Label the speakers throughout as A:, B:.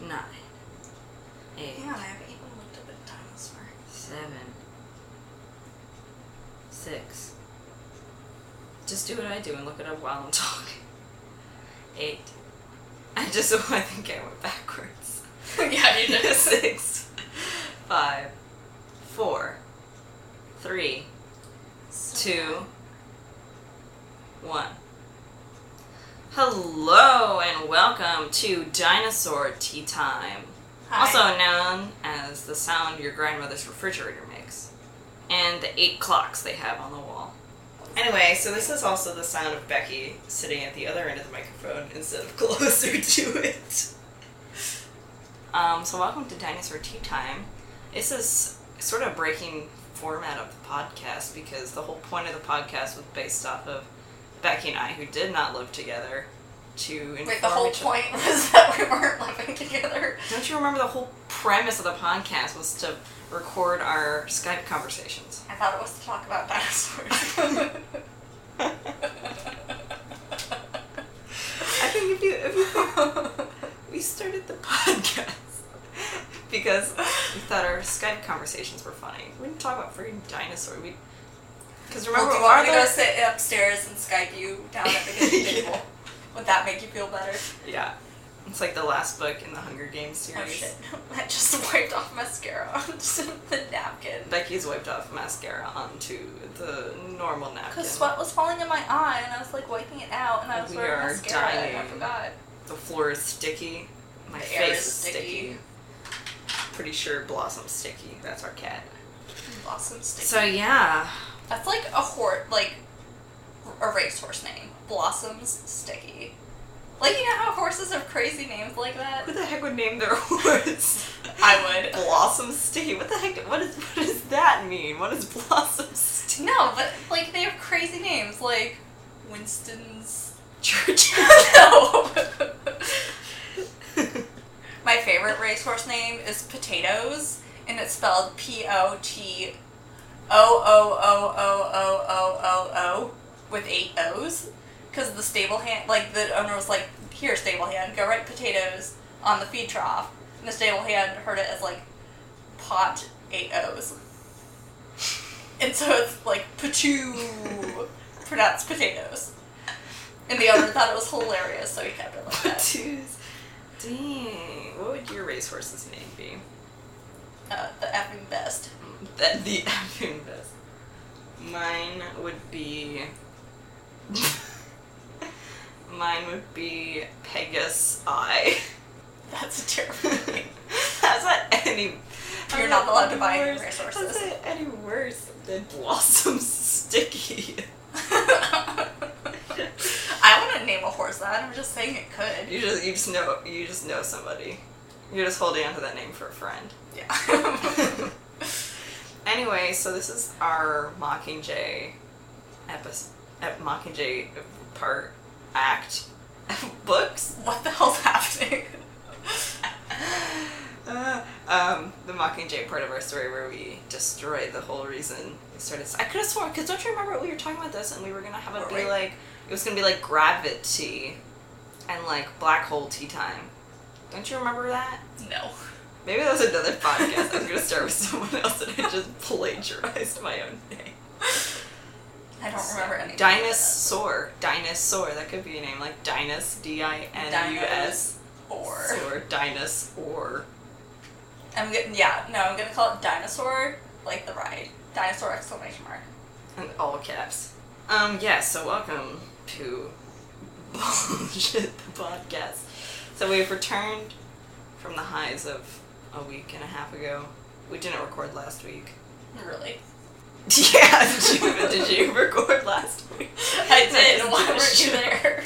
A: nine, eight,
B: Hang on, I haven't even looked up at time this far.
A: seven, six. Just do what I do and look it up while I'm talking. Eight. I just, I think I went backwards.
B: yeah, you did.
A: six, five, four, three,
B: So-
A: two, one. Hello and welcome to Dinosaur Tea Time,
B: Hi.
A: also known as the sound your grandmother's refrigerator makes, and the eight clocks they have on the wall. Anyway, so this is also the sound of Becky sitting at the other end of the microphone instead of closer to it. Um, so welcome to Dinosaur Tea Time. This is sort of breaking format of the podcast because the whole point of the podcast was based off of Becky and I, who did not live together, to inform
B: Wait, the whole
A: each other.
B: point was that we weren't living together.
A: Don't you remember the whole premise of the podcast was to record our Skype conversations?
B: I thought it was to talk about dinosaurs.
A: I think if you, if you we started the podcast because we thought our Skype conversations were funny. We didn't talk about freaking dinosaur. We because
B: Well,
A: remember
B: do you
A: our
B: want me to go
A: other-
B: sit upstairs and Skype you down at the kitchen table? Would that make you feel better?
A: yeah. It's like the last book in the Hunger Games series.
B: Oh shit. I just wiped off mascara onto the napkin.
A: Becky's wiped off mascara onto the normal napkin.
B: Because sweat was falling in my eye and I was like wiping it out and I was
A: We
B: wearing
A: are
B: mascara and I
A: dying.
B: forgot.
A: The floor is sticky. My
B: The
A: face
B: air
A: is
B: is
A: sticky.
B: sticky.
A: Pretty sure Blossom's sticky. That's our cat.
B: Blossom sticky.
A: So yeah,
B: That's like a horse, like a racehorse name. Blossoms sticky. Like you know how horses have crazy names like that.
A: who the heck would name their horse?
B: I
A: Blossom sticky. What the heck? What is? What does that mean? What is Blossom sticky?
B: No, but like they have crazy names like Winston's.
A: Church.
B: no. My favorite racehorse name is Potatoes, and it's spelled P O T O O O O O O O O with eight O's. Because the stable hand, like the owner was like, "Here, stable hand, go write potatoes on the feed trough," and the stable hand heard it as like pot eight O's, and so it's like patoo, pronounced potatoes. And the owner thought it was hilarious, so he kept it like that.
A: Twos. Dang. What would your racehorse's name be?
B: Uh, the effing best.
A: That the effing best. Mine would be. Mine would be Pegasus Eye.
B: That's a terrible
A: That's
B: name.
A: not any.
B: You're
A: I'm
B: not allowed to buy
A: worse,
B: resources.
A: That's not any worse than Blossom Sticky.
B: I wouldn't name a horse that. I'm just saying it could.
A: You just you just know you just know somebody. You're just holding onto that name for a friend.
B: Yeah.
A: Anyway, so this is our Mockingjay episode, Mockingjay part act books.
B: what the hell's happening?
A: Uh, um, the Mockingjay part of our story where we destroy the whole reason we started. I could have sworn because don't you remember we were talking about this and we were gonna have it be
B: Right.
A: like it was gonna be like gravity and like black hole tea time. Don't you remember that?
B: No.
A: Maybe that was another podcast. I was gonna start with someone else and I just plagiarized my own name.
B: I don't remember anything.
A: Dinosaur. Dinosaur. That could be a name like Dinos. D I N U S.
B: Or
A: Or Dinosaur.
B: I'm getting yeah, no, I'm gonna call it dinosaur, like the ride. Dinosaur exclamation mark.
A: And all caps. Um. Yeah. So welcome to bullshit the podcast. So we've returned from the highs of a week and a half ago. We didn't record last week.
B: Really?
A: Yeah. Did you, did you record last week?
B: I did.
A: Just
B: Why weren't you
A: shut up.
B: there?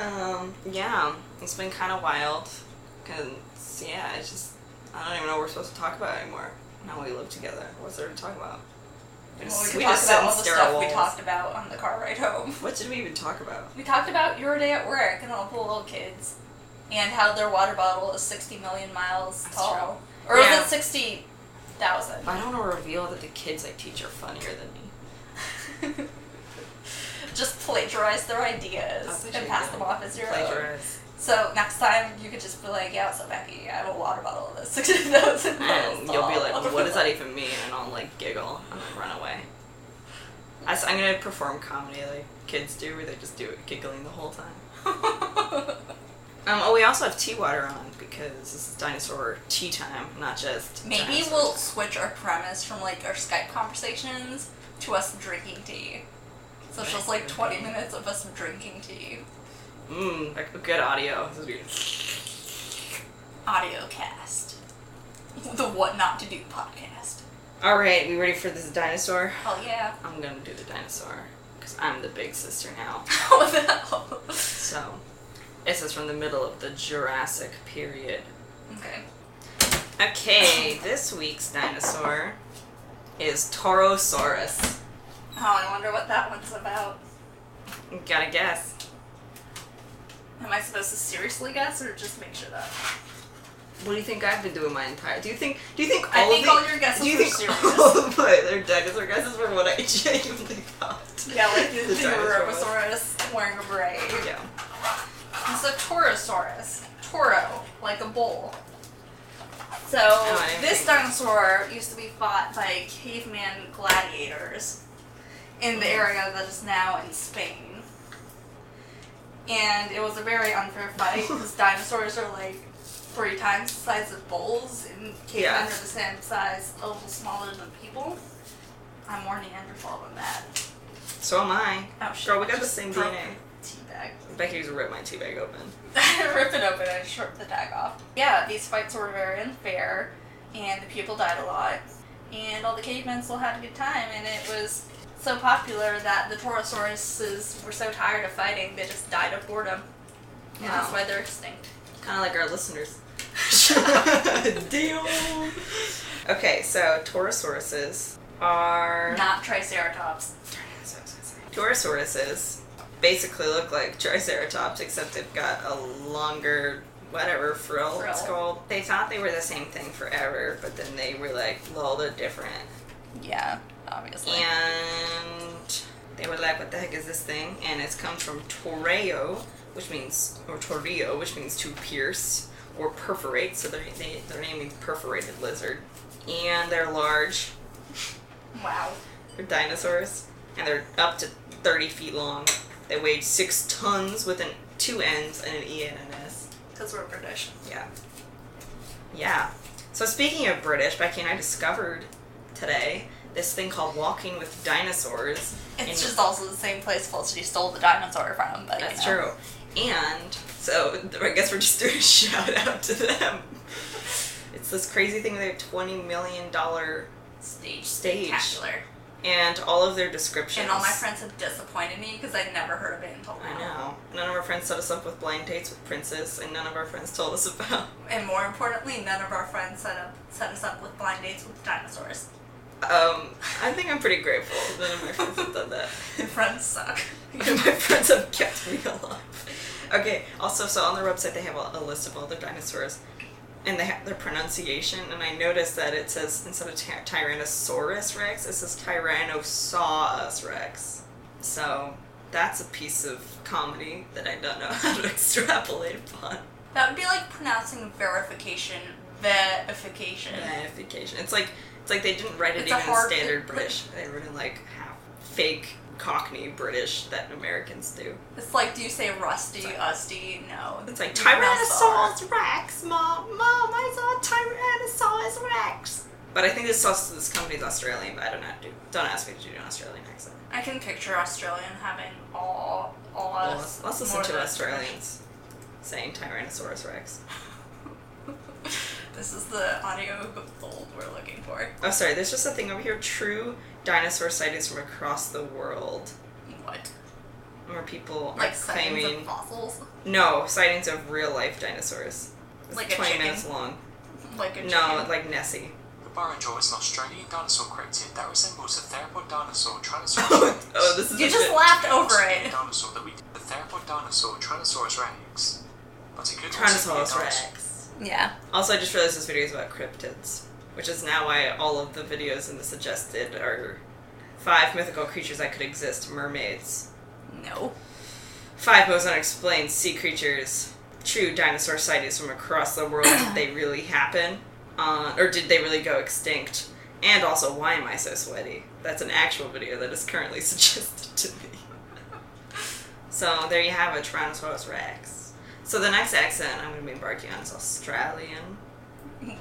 A: Um, yeah, it's been kind of wild. Cause yeah, it's just I don't even know what we're supposed to talk about anymore. Now we live together. What's there to talk about? We
B: Well, we
A: just,
B: could
A: we
B: talk
A: just sit
B: about
A: and
B: all the
A: stare at
B: stuff we
A: walls.
B: talked about on the car ride home.
A: What did we even talk about?
B: We talked about your day at work and all the little kids, and how their water bottle is 60 million miles
A: That's
B: tall. Or is
A: Yeah.
B: it 60,000?
A: I don't want to reveal that the kids I teach are funnier than me.
B: Just plagiarize their ideas
A: That's
B: and
A: actually
B: pass
A: good.
B: them off as your own.
A: Plagiarize.
B: So next time you could just be like, yeah, so Becky, I have a water bottle of this. $60,000.
A: And Oh, you'll be like, what does that even mean? And I'll like giggle and like, run away. I, am gonna perform comedy like kids do, where they just do it giggling the whole time. Um, oh, we also have tea water on because this is dinosaur tea time, not just.
B: Maybe
A: dinosaurs.
B: we'll switch our premise from like our Skype conversations to us drinking tea. So it's just like 20 minutes of us drinking tea.
A: Mmm, like, good audio. This is weird.
B: Audio cast. The What Not to Do podcast.
A: All right, we ready for this dinosaur?
B: Oh yeah.
A: I'm gonna do the dinosaur because I'm the big sister now.
B: what the hell?
A: So, this is from the middle of the Jurassic period.
B: Okay.
A: Okay, this week's dinosaur is Taurosaurus.
B: Oh, I wonder what that one's about.
A: Gotta guess.
B: Am I supposed to seriously guess or just make sure that?
A: What do you think I've been doing my entire? Do you think? Do you think
B: I
A: all
B: think
A: of the-
B: all your guesses
A: do you
B: were
A: think
B: serious.
A: all of my other dinosaur guesses were what I genuinely thought?
B: Yeah, like the,
A: The
B: the
A: dinosaur.
B: Urobosaurus wearing a braid.
A: Yeah.
B: It's a Taurosaurus. Toro, like a bull. So
A: Oh, I didn't
B: this
A: think-
B: dinosaur used to be fought by caveman gladiators in the area that is now in Spain. And it was a very unfair fight because dinosaurs are like three times the size of bulls and cavemen
A: Yeah.
B: are the same size, a little smaller than people. I'm more Neanderthal than that.
A: So am I.
B: Oh shit.
A: Girl, we got
B: I
A: the
B: just
A: same
B: broke
A: DNA.
B: my Teabag.
A: Becky's ripped my teabag open.
B: I rip it open and strip the tag off. Yeah, these fights were very unfair, and the people died a lot, and all the cavemen still had a good time, and it was so popular that the Torosauruses were so tired of fighting they just died of boredom, and that's
A: Wow.
B: why they're extinct.
A: Kind of like our listeners.
B: Shut up.
A: Deal. Okay, so Taurosauruses are.
B: Not Triceratops.
A: Taurosauruses basically look like Triceratops, except they've got a longer, whatever, frill, it's
B: Frill.
A: called. They thought they were the same thing forever, but then they were like, lol, they're different.
B: Yeah, obviously.
A: And they were like, what the heck is this thing? And it's come from toreo, which means, or toreo, which means to pierce or perforate, so their, they, their name means perforated lizard. And they're large,
B: Wow.
A: they're dinosaurs, and they're up to 30 feet long. They weighed six tons with an two N's and an E and an S.
B: Because we're British.
A: Yeah. Yeah. So speaking of British, Becky and I discovered today this thing called Walking with Dinosaurs. And-
B: It's just also the same place Felicity stole the dinosaur from, but
A: That's
B: you know.
A: true. And so I guess we're just doing a shout out to them. It's this crazy thing with a twenty million dollar
B: Stage.
A: Stage.
B: Spectacular.
A: and all of their descriptions.
B: And all my friends have disappointed me because I'd never heard of it until now.
A: I know. None of our friends set us up with blind dates with princes, and none of our friends told us about.
B: And more importantly, none of our friends set up set us up with blind dates with dinosaurs.
A: Um, I think I'm pretty grateful. None of my friends have done that.
B: Your friends suck.
A: my friends have kept me alive. Okay. Also, so on their website they have a, a list of all their dinosaurs, and they have their pronunciation. And I noticed that it says instead of ty- Tyrannosaurus Rex, it says Tyrannosaurus Rex. So that's a piece of comedy that I don't know how to extrapolate upon.
B: That would be like pronouncing verification verification.
A: Magnification. It's like it's like they didn't write it
B: It's a
A: even in
B: hard-
A: standard British. They wrote it in like half fake Cockney British that Americans do.
B: It's like, do you say rusty, usty? No.
A: It's like
B: You pronounce the R.
A: Tyrannosaurus Rex, mom, mom, I saw Tyrannosaurus Rex. But I think this sauce, this company's Australian, but I don't know. Dude, don't ask me to do an Australian accent.
B: I can picture Australian having all all
A: Well,
B: us.
A: let's, let's listen
B: more
A: to
B: than-
A: Australians saying Tyrannosaurus Rex.
B: This is the audio gold we're looking for.
A: Oh, sorry. There's just a thing over here. True dinosaur sightings from across the world,
B: What?
A: where people
B: Like
A: are
B: sightings
A: claiming
B: of fossils?
A: no sightings of real life dinosaurs. It's
B: Like a
A: 20
B: chicken?
A: minutes long.
B: Like a
A: No,
B: chicken?
A: like Nessie.
C: The Barrenjaw is an Australian dinosaur cryptid that resembles the theropod dinosaur
A: oh,
C: Tyrannosaurus
A: this is
B: You
A: a
B: just
A: bit-
B: laughed over
C: Australian
B: it.
C: dinosaur that we the theropod dinosaur Tyrannosaurus rex. But it could
A: Tyrannosaurus
C: also be a dinosaur.
A: Rex.
B: Yeah.
A: Also, I just realized this video is about cryptids, which is now why all of the videos in the suggested are five mythical creatures that could exist mermaids,
B: No.
A: five most unexplained sea creatures, true dinosaur sightings from across the world did they really happen, uh, or did they really go extinct? And also, why am I so sweaty? That's an actual video that is currently suggested to me. so there you have it, Tyrannosaurus Rex. So the next accent I'm going to be embarking on is Australian.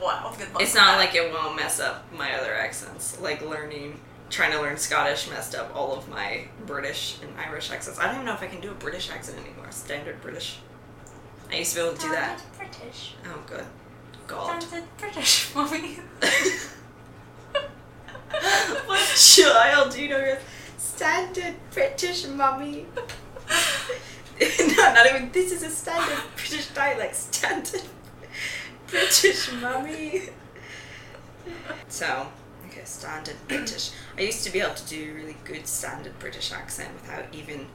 B: Wow, good luck.
A: It's
B: with
A: not
B: that.
A: like it won't mess up my other accents. Like learning, trying to learn Scottish messed up all of my British and Irish accents. I don't even know if I can do a British accent anymore. Standard British. I used to be able to do that.
B: Sounded British.
A: Oh, good. God.
B: Sounded British, mommy.
A: what child do you know? you're- Standard British mummy. no, not even. This is a standard British dialect. Standard British mummy. So, okay, standard British. I used to be able to do a really good standard British accent without even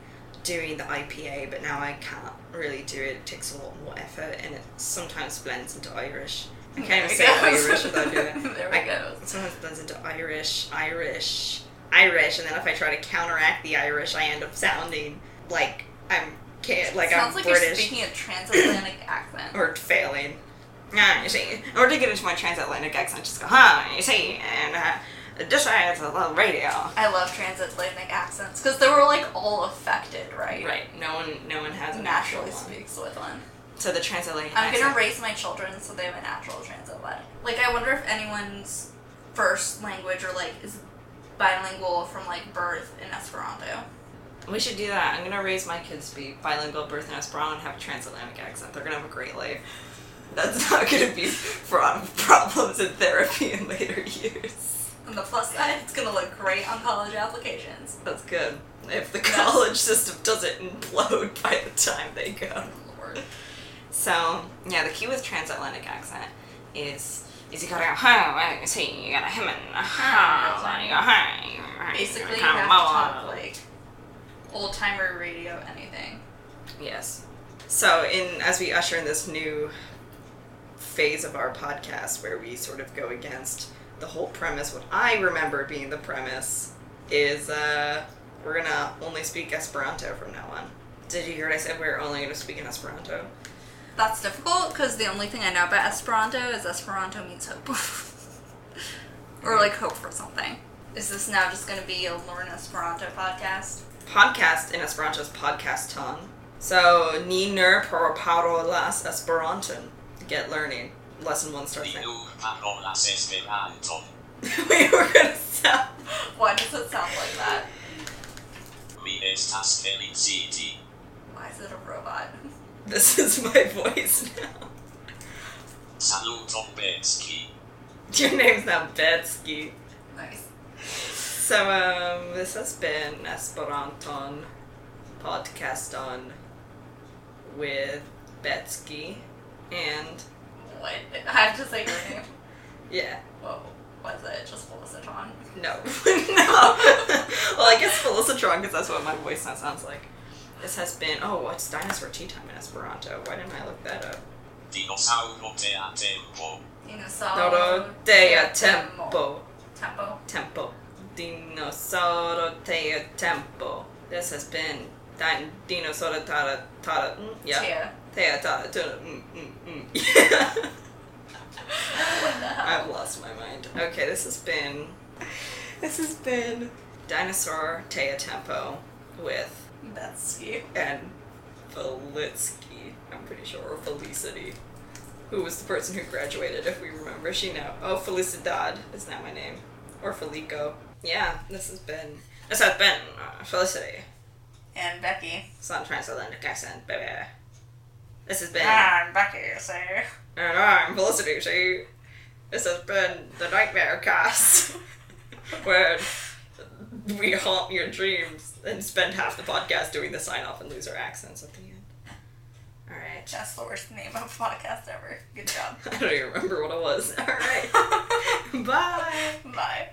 A: doing the IPA, but now I can't really do it. It takes a lot more effort, and it sometimes blends into Irish. I can't even say Irish without doing it.
B: There
A: I-
B: it goes.
A: Sometimes it blends into Irish, Irish, Irish, and then if I try to counteract the Irish, I end up sounding like I'm ca- like
B: Sounds
A: I'm
B: like you're
A: British
B: speaking a transatlantic accent.
A: or failing. Yeah, you see, in order to get into my transatlantic accent, just go, huh, you see, and uh, this I have the radio.
B: I love transatlantic accents because they were like all affected, right?
A: Right, no one, no one has a natural
B: Naturally
A: one.
B: speaks with one.
A: So the transatlantic
B: I'm
A: accent.
B: gonna raise my children so they have a natural transatlantic. Like, I wonder if anyone's first language or like is bilingual from like birth in Esperanto.
A: we should do that. I'm gonna raise my kids to be bilingual, birth in Esperanto, and have a transatlantic accent. They're gonna have a great life. That's not gonna be for out of problems in therapy in later years.
B: On the plus side, it's gonna look great on college applications.
A: That's good. If the college system doesn't implode by the time they go.
B: Lord.
A: So yeah, the key with transatlantic accent is is you gotta go home and you see you gotta him and a hum, and you go home.
B: Basically, you
A: come
B: have to
A: on.
B: talk like old timer radio, anything.
A: Yes. So in as we usher in this new phase of our podcast where we sort of go against the whole premise, what I remember being the premise is uh, we're gonna only speak Esperanto from now on. Did you hear what I said? We're only gonna speak in Esperanto.
B: That's difficult because the only thing I know about Esperanto is Esperanto means hope. or like hope for something. Is this now just going to be a Lauren Esperanto podcast?
A: Podcast in Esperanto is podcast tongue. So ni ner por parolas Esperanton. Get learning. Lesson one starts now. we were gonna sound
B: Why does it sound like that?
D: Mi estas feliciti.
B: Why is it a robot?
A: this is my voice now.
D: Saluton Betski.
A: Your name's not Betsky.
B: Nice.
A: So, um, this has been Esperanton podcast on with Betsky. And,
B: What? I have to say your name.
A: yeah,
B: What was it? Just Felicitron.
A: no. no. well, I guess Felicitron, because that's what my voice now sounds like. This has been, oh, what's dinosaur tea time in Esperanto? Why didn't I look that up?
D: Dinosauro te a tempo.
A: Doro
B: Oh, Dinosaur.
A: Dea Tempo.
B: Tempo.
A: Tempo. Dinosauro Teo Tempo. This has been Din- Dinosauro Tara Tara. Mm, yeah.
B: Tia.
A: Teo Tara Tara. Mm, mm, mm.
B: What the hell?
A: I've lost my mind. Okay, this has been. This has been Dinosaur Teo Tempo with
B: That's cute.
A: and Velitsky. I'm pretty sure, or Felicity. Who was the person who graduated, if we remember? She now. Oh, Felicidad is now my name. Or Felico. Yeah, this has been. This has been uh, Felicity.
B: And Becky.
A: It's not transatlantic accent, baby. This has been.
B: Ah, I'm Becky, so.
A: And I'm Felicity, see? This has been the Nightmare Cast. where we haunt your dreams and spend half the podcast doing the sign off and lose our accents at the end. Alright.
B: That's the worst name of a podcast ever. Good job.
A: I don't even remember what it was. All right. Bye.
B: Bye.